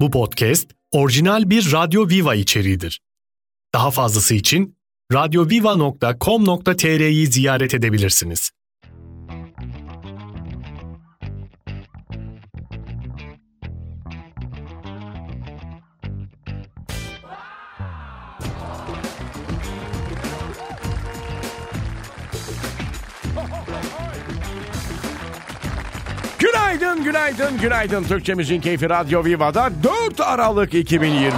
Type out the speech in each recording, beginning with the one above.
Bu podcast orijinal bir Radyo Viva içeriğidir. Daha fazlası için radyoviva.com.tr'yi ziyaret edebilirsiniz. Günaydın, günaydın, günaydın. Türkçemizin keyfi Radyo Viva'da 4 Aralık 2023.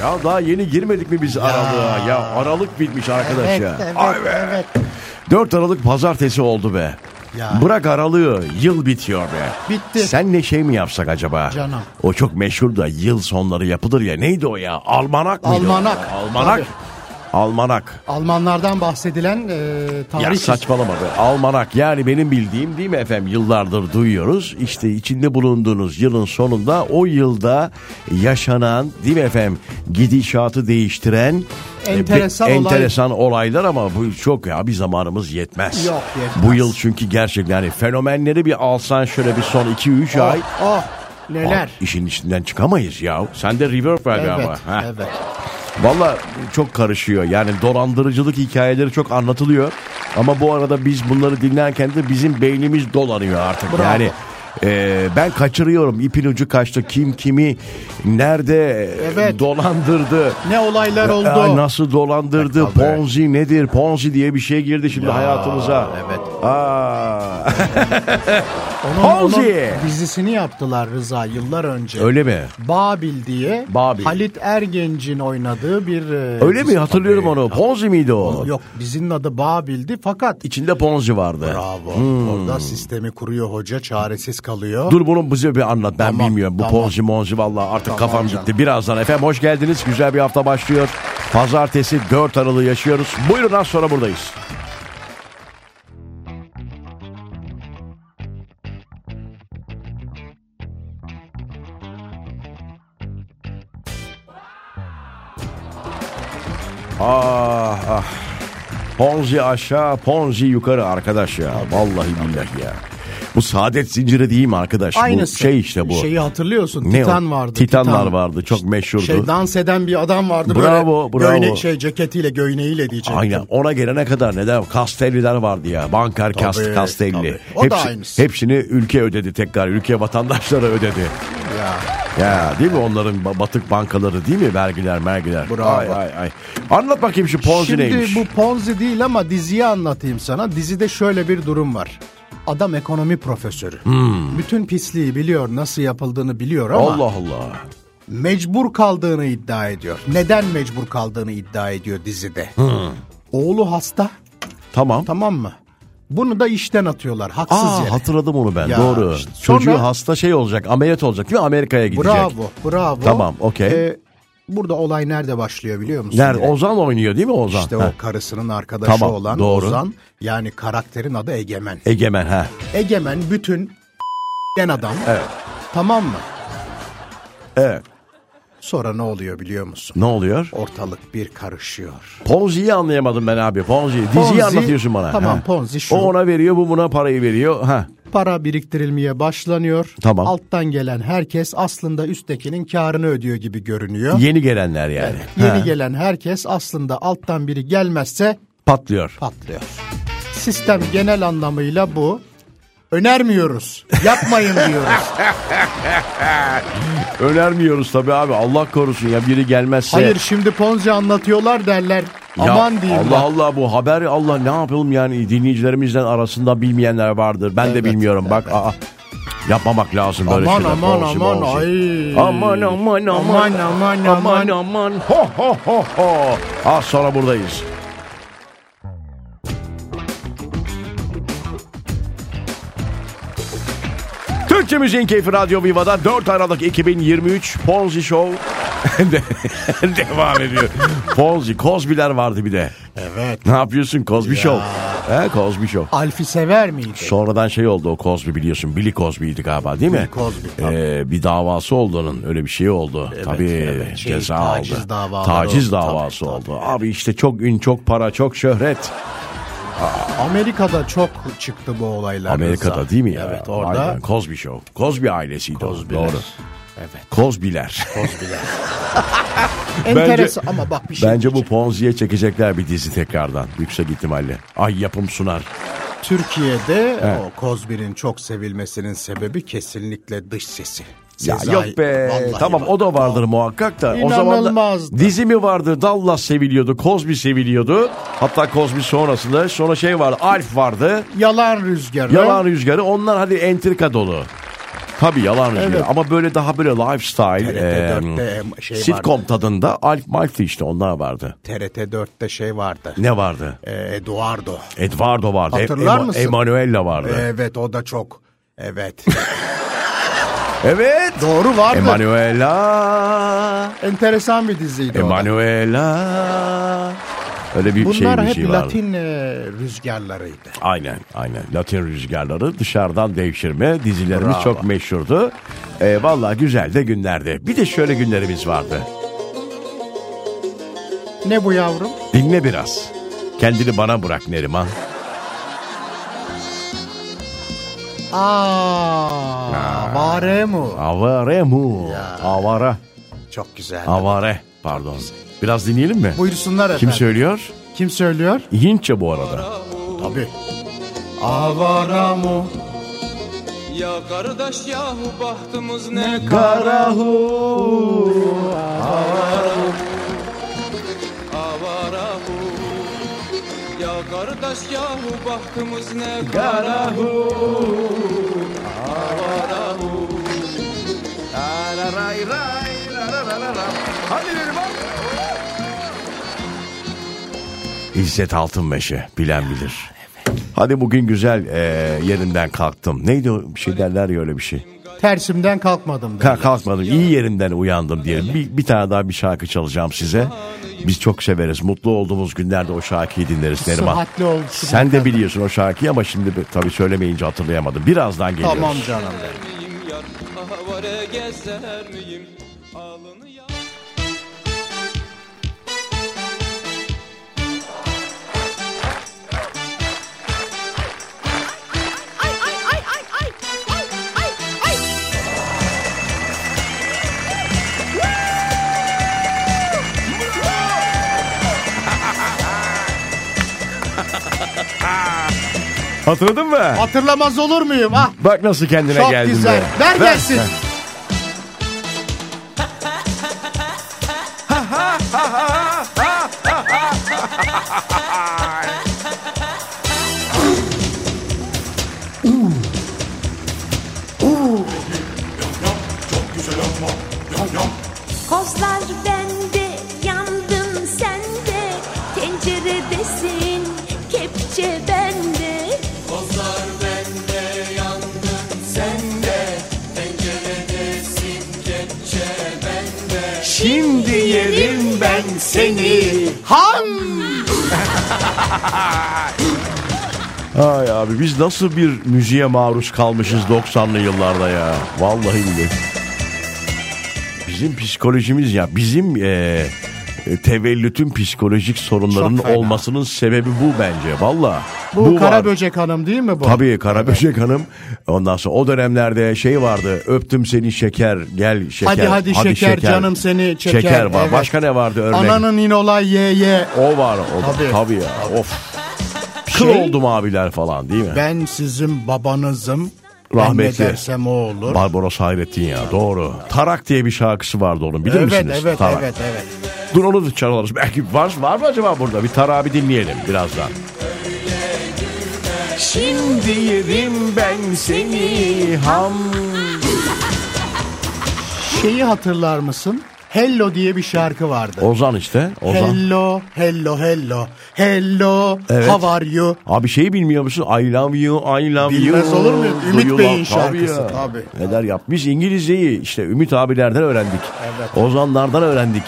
Ya daha yeni girmedik mi biz Aralık'a? Ya Aralık bitmiş arkadaş Evet, ya. evet, Ay be. 4 Aralık pazartesi oldu be. Ya. Bırak aralığı, yıl bitiyor be. Bitti. Senle şey mi yapsak acaba? Canım. O çok meşhur da yıl sonları yapılır ya. Neydi o ya? Almanak mıydı? o? Almanak. Almanak. Almanak. Almanlardan bahsedilen e, tarih. Ya saçmalama be. Almanak yani benim bildiğim değil mi efendim yıllardır duyuyoruz. İşte içinde bulunduğunuz yılın sonunda o yılda yaşanan değil mi efendim gidişatı değiştiren e, Enteresan pe- olay. enteresan olaylar ama bu çok ya bir zamanımız yetmez. Yok, yetmez. Bu yıl çünkü gerçekten yani fenomenleri bir alsan şöyle bir son 2-3 Oh, ay oh, neler. Aa, işin içinden çıkamayız ya. Sen de reverb ver evet, galiba. Heh. evet. Valla çok karışıyor. Yani dolandırıcılık hikayeleri çok anlatılıyor. Ama bu arada biz bunları dinlerken de bizim beynimiz dolanıyor artık. Bravo. Yani e, ben kaçırıyorum. İpin ucu kaçtı. Kim kimi nerede Evet. dolandırdı. Ne olaylar oldu. Aa, nasıl dolandırdı? Tabii. Ponzi nedir? Ponzi diye bir şey girdi şimdi hayatımıza. evet. Aa, Onun, Ponzi. onun dizisini yaptılar Rıza yıllar önce. öyle mi? Babil diye Babil. Halit Ergenç'in oynadığı bir e, Öyle mi? dizi. Hatırlıyorum onu. Ponzi miydi o? Yok dizinin adı Babil'di fakat İçinde Ponzi vardı. bravo. Orada sistemi kuruyor hoca çaresiz kalıyor. Hmm. Dur bunu bize bir anlat. Ben Tamam, bilmiyorum. Bu tamam. ponzi monzi valla artık Tamam kafam canım. gitti. Birazdan efendim hoş geldiniz. Güzel bir hafta başlıyor. Pazartesi 4 Aralık'ı yaşıyoruz. Buyurun az sonra buradayız. Ah ah. Ponzi aşağı, Ponzi yukarı arkadaş ya. Vallahi billahi ya. Bu saadet zinciri değil mi arkadaş? Aynısı. Bu şey işte bu. Şeyi hatırlıyorsun. Ne o? Titan vardı. Titanlar Titan. vardı. Çok meşhurdu. Şey dans eden bir adam vardı Bravo, böyle. bravo. göğne- şey ceketiyle göğneğiyle diyecektim. Aynen ona gelene kadar neden Kastelliler vardı ya banker kast, Tabii, Kastelli tabii. O da aynısı. Hepsini ülke ödedi tekrar ülke vatandaşları ödedi Ya. Ya değil mi onların ba- batık bankaları değil mi vergiler mergiler Bravo. Ay ay ay Anlat bakayım şu Ponzi Şimdi neymiş bu Ponzi değil ama diziyi anlatayım sana. Dizide şöyle bir durum var. Adam ekonomi profesörü. Bütün pisliği biliyor, nasıl yapıldığını biliyor ama Hmm. Allah Allah mecbur kaldığını iddia ediyor. Neden mecbur kaldığını iddia ediyor dizide. Hmm. Oğlu hasta, Tamam tamam mı? Bunu da işten atıyorlar, haksız Aa, yere. hatırladım onu ben Ya, doğru işte sonra- Çocuğu hasta şey olacak ameliyat olacak değil mi Amerika'ya gidecek Bravo, bravo. Ee, Tamam, okey. burada olay nerede başlıyor biliyor musun? Ee, Nerede Direkt? Ozan oynuyor değil mi Ozan İşte Heh. o karısının arkadaşı Tamam, olan doğru. Ozan. Yani karakterin adı Egemen. Egemen ha Egemen bütün den adam. Tamam mı? Evet Sonra ne oluyor biliyor musun? ne oluyor Ortalık bir karışıyor. Ponzi'yi anlayamadım ben abi. Ponzi. Diziyi Ponzi- anlatıyorsun bana. Tamam, Ha. Ponzi şu. O ona veriyor, bu buna parayı veriyor. Ha. Para biriktirilmeye başlanıyor. Tamam. Alttan gelen herkes aslında üsttekinin karını ödüyor gibi görünüyor. Yeni gelenler yani. Yeni Ha. gelen herkes aslında alttan biri gelmezse Patlıyor. patlıyor. Sistem genel anlamıyla bu. Önermiyoruz. Yapmayın diyoruz. Önermiyoruz tabii abi. Allah korusun ya biri gelmezse. Hayır şimdi Ponzi anlatıyorlar derler. Ya Aman diyeyim. Allah bak. Allah bu haber Allah ne yapalım yani dinleyicilerimizden arasında bilmeyenler vardır. Ben de Evet, bilmiyorum bak. Aa, yapmamak lazım böyle Aman şeyler. şey aman Ponzi, aman Ponzi. ay. Aman aman aman aman aman aman. aman ho ho ho ho. Az sonra buradayız. Türkçe Müziğin Keyfi Radyo Viva'da 4 Aralık 2023 Ponzi Show de- devam ediyor. Ponzi, Kozbiler vardı bir de. Evet. Ne yapıyorsun Kozbi Show? He Kozbi Show. Alfi sever miydi? Sonradan şey oldu o Cosby biliyorsun. Billy Cosby'ydi galiba değil mi? Billy Cosby, tabii. Ee, bir davası oldu onun. Öyle bir şey oldu. tabii evet. Şey, ceza taciz aldı. davaları taciz oldu. davası Tabii, oldu. tabii. Abi işte çok ün, çok para, çok şöhret. Amerika'da çok çıktı bu olaylar. Amerika'da Rıza. değil mi ya? Evet orada. Aynen, Cosby Show. Cosby ailesiydi o. Cosby'ler. Doğru. Evet. Kozbiler. Enteresan ama bak bir şey. Bence bu diyeceğim. Ponzi'ye çekecekler bir dizi tekrardan. Yüksek ihtimalle. Ay yapım sunar. Türkiye'de o Kozbir'in çok sevilmesinin sebebi kesinlikle dış sesi. Ya Sezai- yok be. Vallahi tamam bak. o da vardır muhakkak da. O zaman da İnanılmazdı. dizi mi vardı? Dallas seviliyordu. Cosby seviliyordu. Hatta Cosby sonrasında. Sonra şey vardı. Alf vardı. Yalan rüzgarı. Yalan rüzgarı. Onlar hadi entrika dolu. Tabii yalan rüzgarı. Evet. Ama böyle daha böyle lifestyle. TRT eee, 4'te şey sitcom vardı. tadında. Alf Malf'ti işte onlar vardı. TRT 4'te şey vardı. Ne vardı? Ee, Eduardo. Eduardo vardı. E- Hatırlar Ema- mısın? Emanuella vardı. Evet o da çok. Evet. evet. Doğru vardı. Emanuela. Enteresan bir diziydi o da. Emanuela. Öyle bir şey Bunlar bir hep şey vardı. Latin e, rüzgarlarıydı. Aynen aynen. Latin rüzgarları dışarıdan devşirme dizilerimiz Bravo. çok meşhurdu. Ee, vallahi güzel de günlerdi. Bir de şöyle günlerimiz vardı. Ne bu yavrum? Dinle biraz. Kendini bana bırak Neriman. Aa, vare mu? Avare mu? Avara. Çok güzel. Avare. Pardon. Biraz dinleyelim mi? Buyursunlar efendim. Kim söylüyor? Kim söylüyor? Hintçe bu arada. Tabii. Avara mu? Ya kardeş yahu bahtımız ne avarahu Ya kardeş yahu bahtımız ne karahu Avarahu İzzet Altınmeşe bilen bilir. Hadi bugün güzel e, yerinden kalktım. Neydi o bir şey derler ya öyle bir şey. Tersimden kalkmadım. Ka- dedi. kalkmadım iyi yerimden uyandım diyelim. Bir, bir tane daha bir şarkı çalacağım size. Biz çok severiz. Mutlu olduğumuz günlerde o şarkıyı dinleriz Neriman. Sıhhatli ol. ah. Sen de biliyorsun o şarkıyı ama şimdi bir- tabii söylemeyince hatırlayamadım. Birazdan geliyoruz. Tamam canım. miyim yar avare gezer miyim Alını yar ay ay ay ay ay ay ay ay Hatırladın mı? Hatırlamaz olur muyum? Ah Bak nasıl kendine çok geldin. güzel. be. Ver gelsin. Kozlar bende yandım sende Tenceredesin kepçe bende Şimdi yerim ben seni. Ham. Ay abi biz nasıl bir müziğe maruz kalmışız 90'lı yıllarda ya. Vallahi billahi. Bizim psikolojimiz ya bizim e, e, tevellütün psikolojik sorunlarının Çok fena. olmasının sebebi bu bence. Valla. Bu, var. Karaböcek Hanım değil mi bu? Tabii Karaböcek Hanım. Ondan sonra o dönemlerde şey vardı. Öptüm seni şeker gel şeker. Hadi hadi, şeker, canım seni çeker. Şeker var. Evet. Başka ne vardı örnek? Ananın inola ye ye. O var. O da. Tabii, Tabii. ya. Of. Kıl Şey- oldum abiler falan değil mi? Ben sizin babanızım. Rahmetli. Ben ne dersem o olur. Barbaros Hayrettin ya doğru. Tarak diye bir şarkısı vardı onun bilir evet, misiniz? evet, Tarak. evet, evet. Dur onu da çalarız. Belki var, var mı acaba burada? Bir Tarak'ı bir dinleyelim birazdan. Şimdi yedim ben seni ham. Şeyi hatırlar mısın? Hello diye bir şarkı vardı. Ozan işte. Ozan. Hello, hello, hello, hello, Evet. how are you? Abi şeyi bilmiyor musun? I love you, I love you. Bilmez olur muyum? Do Ümit you love- Bey'in şarkısı, ya. tabii. Neler yap? Biz İngilizceyi işte Ümit abilerden öğrendik. Evet. Ozanlardan öğrendik.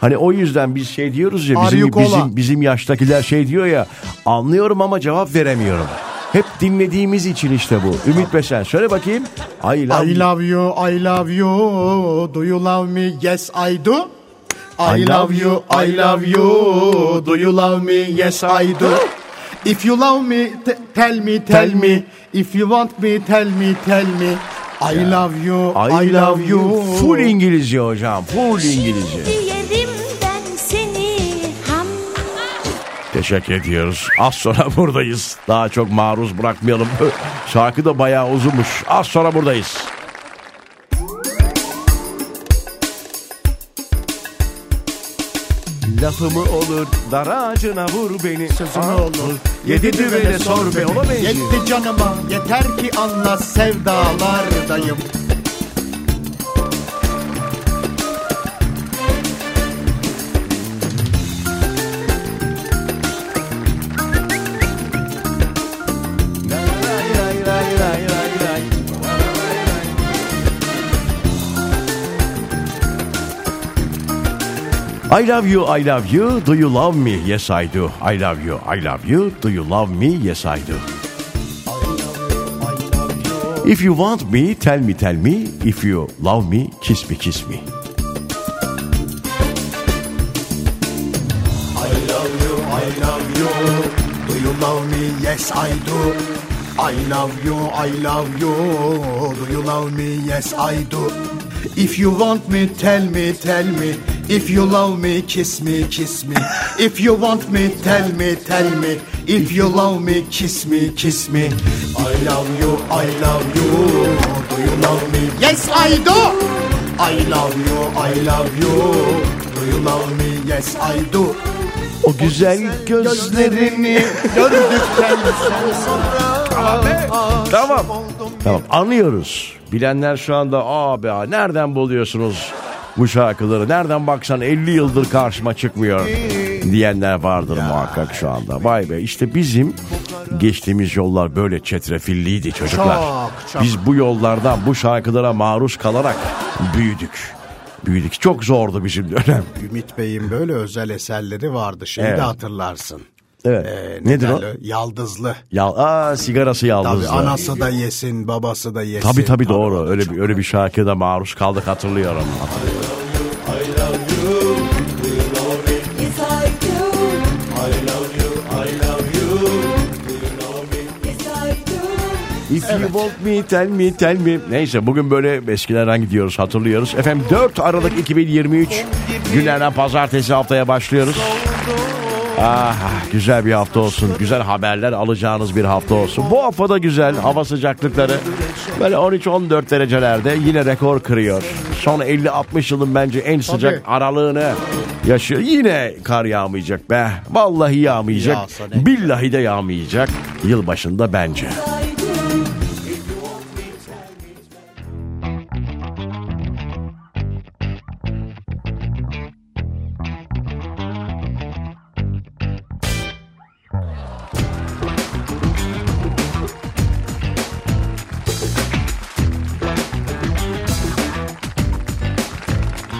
Hani o yüzden biz şey diyoruz ya Are bizim, you cola? bizim, bizim yaştakiler şey diyor ya anlıyorum ama cevap veremiyorum. Hep dinlediğimiz için işte bu. Ümit Besen söyle bakayım. I love, I love you, I love you, do you love me? Yes, I do. I love you, I love you, do you love me? Yes, I do. If you love me, te- tell me, tell me. If you want me, tell me, tell me. I love you, I, love you. Full İngilizce hocam. Full İngilizce. Yerim ben seni ham. Teşekkür ediyoruz. Az sonra buradayız. Daha çok maruz bırakmayalım. Şarkı da bayağı uzunmuş. Az sonra buradayız. Lafımı olur, dar ağacına vur beni. Sözümü olur. yedi düvele sor be ona benziyor. Yetti canıma yeter ki anla sevdalardayım. I love you, I love you. Do you love me? Yes, I do. I love you, I love you. Do you love me? Yes, I do. If you want me, tell me, tell me. If you love me, kiss me, kiss me. I love you, I love you. Do you love me? Yes, I do. I love you, I love you. Do you love me? Yes, I do. If you want me, tell me, tell me. If you love me, kiss me, kiss me. If you want me, tell me, tell me. If you love me, kiss me, kiss me. I love you, I love you. Do you love me? Yes, I do. I love you, I love you. Do you love me? Yes, I do. O güzel gözlerini gördükten sonra Tamam. Tamam anlıyoruz. Bilenler şu anda abi ha, nereden buluyorsunuz bu şarkıları? Nereden baksan 50 yıldır karşıma çıkmıyor diyenler vardır muhakkak şu anda. Vay be işte bizim geçtiğimiz yollar böyle çetrefilliydi çocuklar. Çok, çok. Biz bu yollardan bu şarkılara maruz kalarak büyüdük. Büyüdük. Çok zordu bizim dönem. Ümit Bey'in böyle özel eserleri vardı. Şimdi Evet. hatırlarsın. Evet. Ee, Nedir o? derler? Yaldızlı. Ya, aa, sigarası Tabii yaldızlı. anası da yesin, babası da yesin. Tabii tabii doğru. Öyle bir öyle bir şarkıda maruz kaldık hatırlıyorum. Yes I do. Yes I do. If you want me tell me tell me. Neyse bugün böyle eskilerden gidiyoruz hatırlıyoruz. Efendim 4 Aralık 2023 günlerden pazartesi haftaya başlıyoruz. Ah, güzel bir hafta olsun. Güzel haberler alacağınız bir hafta olsun. Bu hafta da güzel. Hava sıcaklıkları böyle 13-14 derecelerde yine rekor kırıyor. Son 50-60 yılın bence en sıcak Tabii. aralığını yaşıyor. Yine kar yağmayacak be. Vallahi yağmayacak. Yağsa ne? Billahi de yağmayacak. Yılbaşında bence.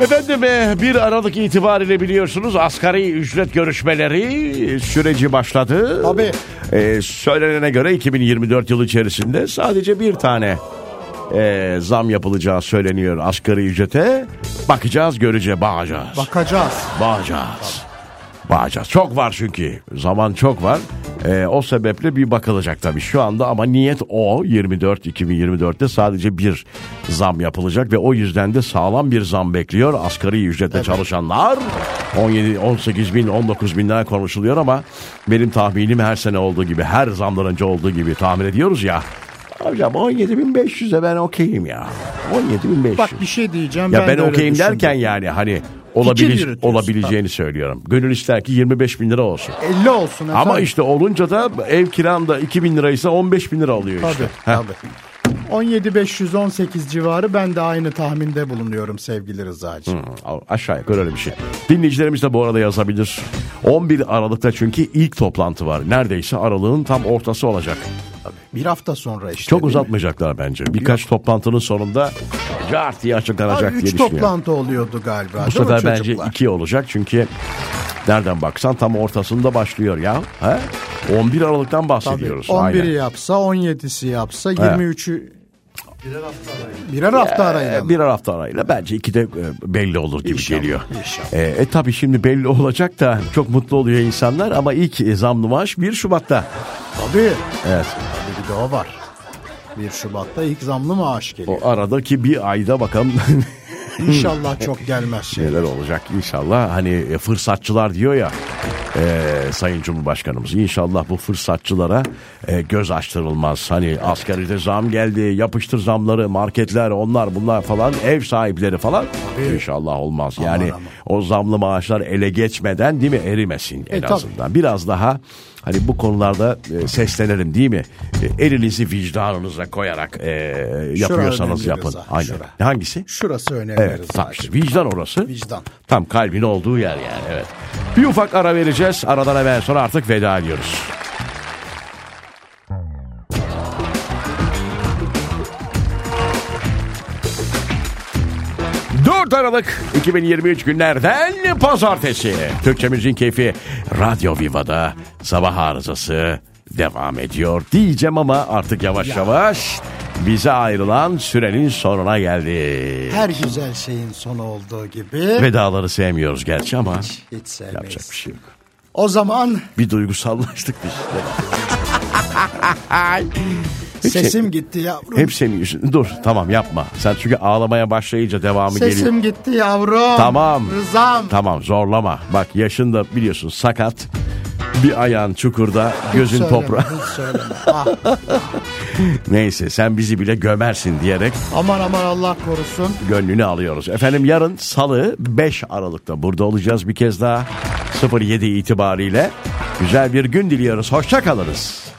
Efendim e, 1 Aralık itibariyle biliyorsunuz asgari ücret görüşmeleri süreci başladı. Tabii. E, söylenene göre 2024 yılı içerisinde sadece bir tane e, zam yapılacağı söyleniyor asgari ücrete. Bakacağız göreceğiz bağacağız. Bakacağız. Bağacağız. Bağacağız. Çok var çünkü. Zaman çok var. Ee, o sebeple bir bakılacak tabii şu anda ama niyet o 24 2024'te sadece bir zam yapılacak ve o yüzden de sağlam bir zam bekliyor asgari ücretle çalışanlar 17 18 bin 19 bin lira konuşuluyor ama benim tahminim her sene olduğu gibi her zamdan önce olduğu gibi tahmin ediyoruz ya hocam 17.500'e ben okeyim ya 17.500 Bak bir şey diyeceğim. ya ben, de öyle okeyim düşündüm. derken yani hani olabilecek yürütüyorsun, olabileceğini söylüyorum. Gönül ister ki 25 bin lira olsun. 50 olsun efendim. Ama işte olunca da ev kiram da 2 bin liraysa 15 bin lira alıyor Tabii işte. Heh. tabii. 17-518 civarı ben de aynı tahminde bulunuyorum sevgili Rıza'cığım. Al- Aşağı yukarı öyle bir şey. Dinleyicilerimiz de bu arada yazabilir. 11 Aralık'ta çünkü ilk toplantı var. Neredeyse aralığın tam ortası olacak. Bir hafta sonra işte. Çok değil mi? uzatmayacaklar bence. Birkaç toplantının sonunda cart diye Abi, açıklanacak diye Üç düşünüyorum. toplantı oluyordu galiba. Bu değil mi sefer bence çocuklar? iki olacak çünkü nereden baksan tam ortasında başlıyor ya. He? 11 Aralık'tan Tabii. bahsediyoruz. 11'i Aynen. yapsa, 17'si yapsa, 23'ü... Birer hafta arayla. Ee, mı? birer hafta arayla bence iki de e, belli olur gibi İnşallah, geliyor. inşallah. Ee, e tabii şimdi belli olacak da çok mutlu oluyor insanlar ama ilk e, zamlı maaş 1 Şubat'ta. Tabii. Evet. Tabii bir de o var. 1 Şubat'ta ilk zamlı maaş geliyor. O aradaki bir ayda bakalım İnşallah çok gelmez şey. neler olacak inşallah. Hani e, fırsatçılar diyor ya e, Sayın Cumhurbaşkanımız inşallah bu fırsatçılara e, göz açtırılmaz. Hani askeride zam geldi yapıştır zamları marketler onlar bunlar falan ev sahipleri falan inşallah olmaz. Yani aman. o zamlı maaşlar ele geçmeden değil mi erimesin en E, tabii. azından. Biraz daha hani bu konularda e, seslenelim değil mi? E, elinizi vicdanınıza koyarak e, yapıyorsanız önemli yapın. Rıza, Aynen. şura. Hangisi? Şurası önemli Evet Rıza'cığım. tam işte vicdan orası. Vicdan. Tam kalbin olduğu yer yani evet. Bir ufak ara vereceğiz. Aradan hemen sonra artık veda ediyoruz. Dört Aralık 2023 günlerden pazartesi. Türkçemizin keyfi Radyo Viva'da sabah arızası devam ediyor diyeceğim ama artık yavaş yavaş bize ayrılan sürenin sonuna geldi. Her güzel şeyin sonu olduğu gibi Vedaları sevmiyoruz gerçi ama hiç sevmeyiz. yapacak bir şey yok. O zaman Bir duygusallaştık biz. Hep se- sesim gitti yavrum. Hep senin yüzün. Dur tamam yapma. Sen çünkü ağlamaya başlayınca devamı sesim geliyor. gitti yavrum. Tamam. Rızam. Tamam zorlama. Bak yaşın da biliyorsun sakat. Bir ayağın çukurda, gözün Söyleme, toprağa. hiç söyleme. Ah, Neyse sen bizi bile gömersin diyerek aman aman Allah korusun. gönlünü alıyoruz. Efendim yarın salı 5 Aralık'ta burada olacağız bir kez daha 07 itibariyle. Güzel bir gün diliyoruz. Hoşça kalınız.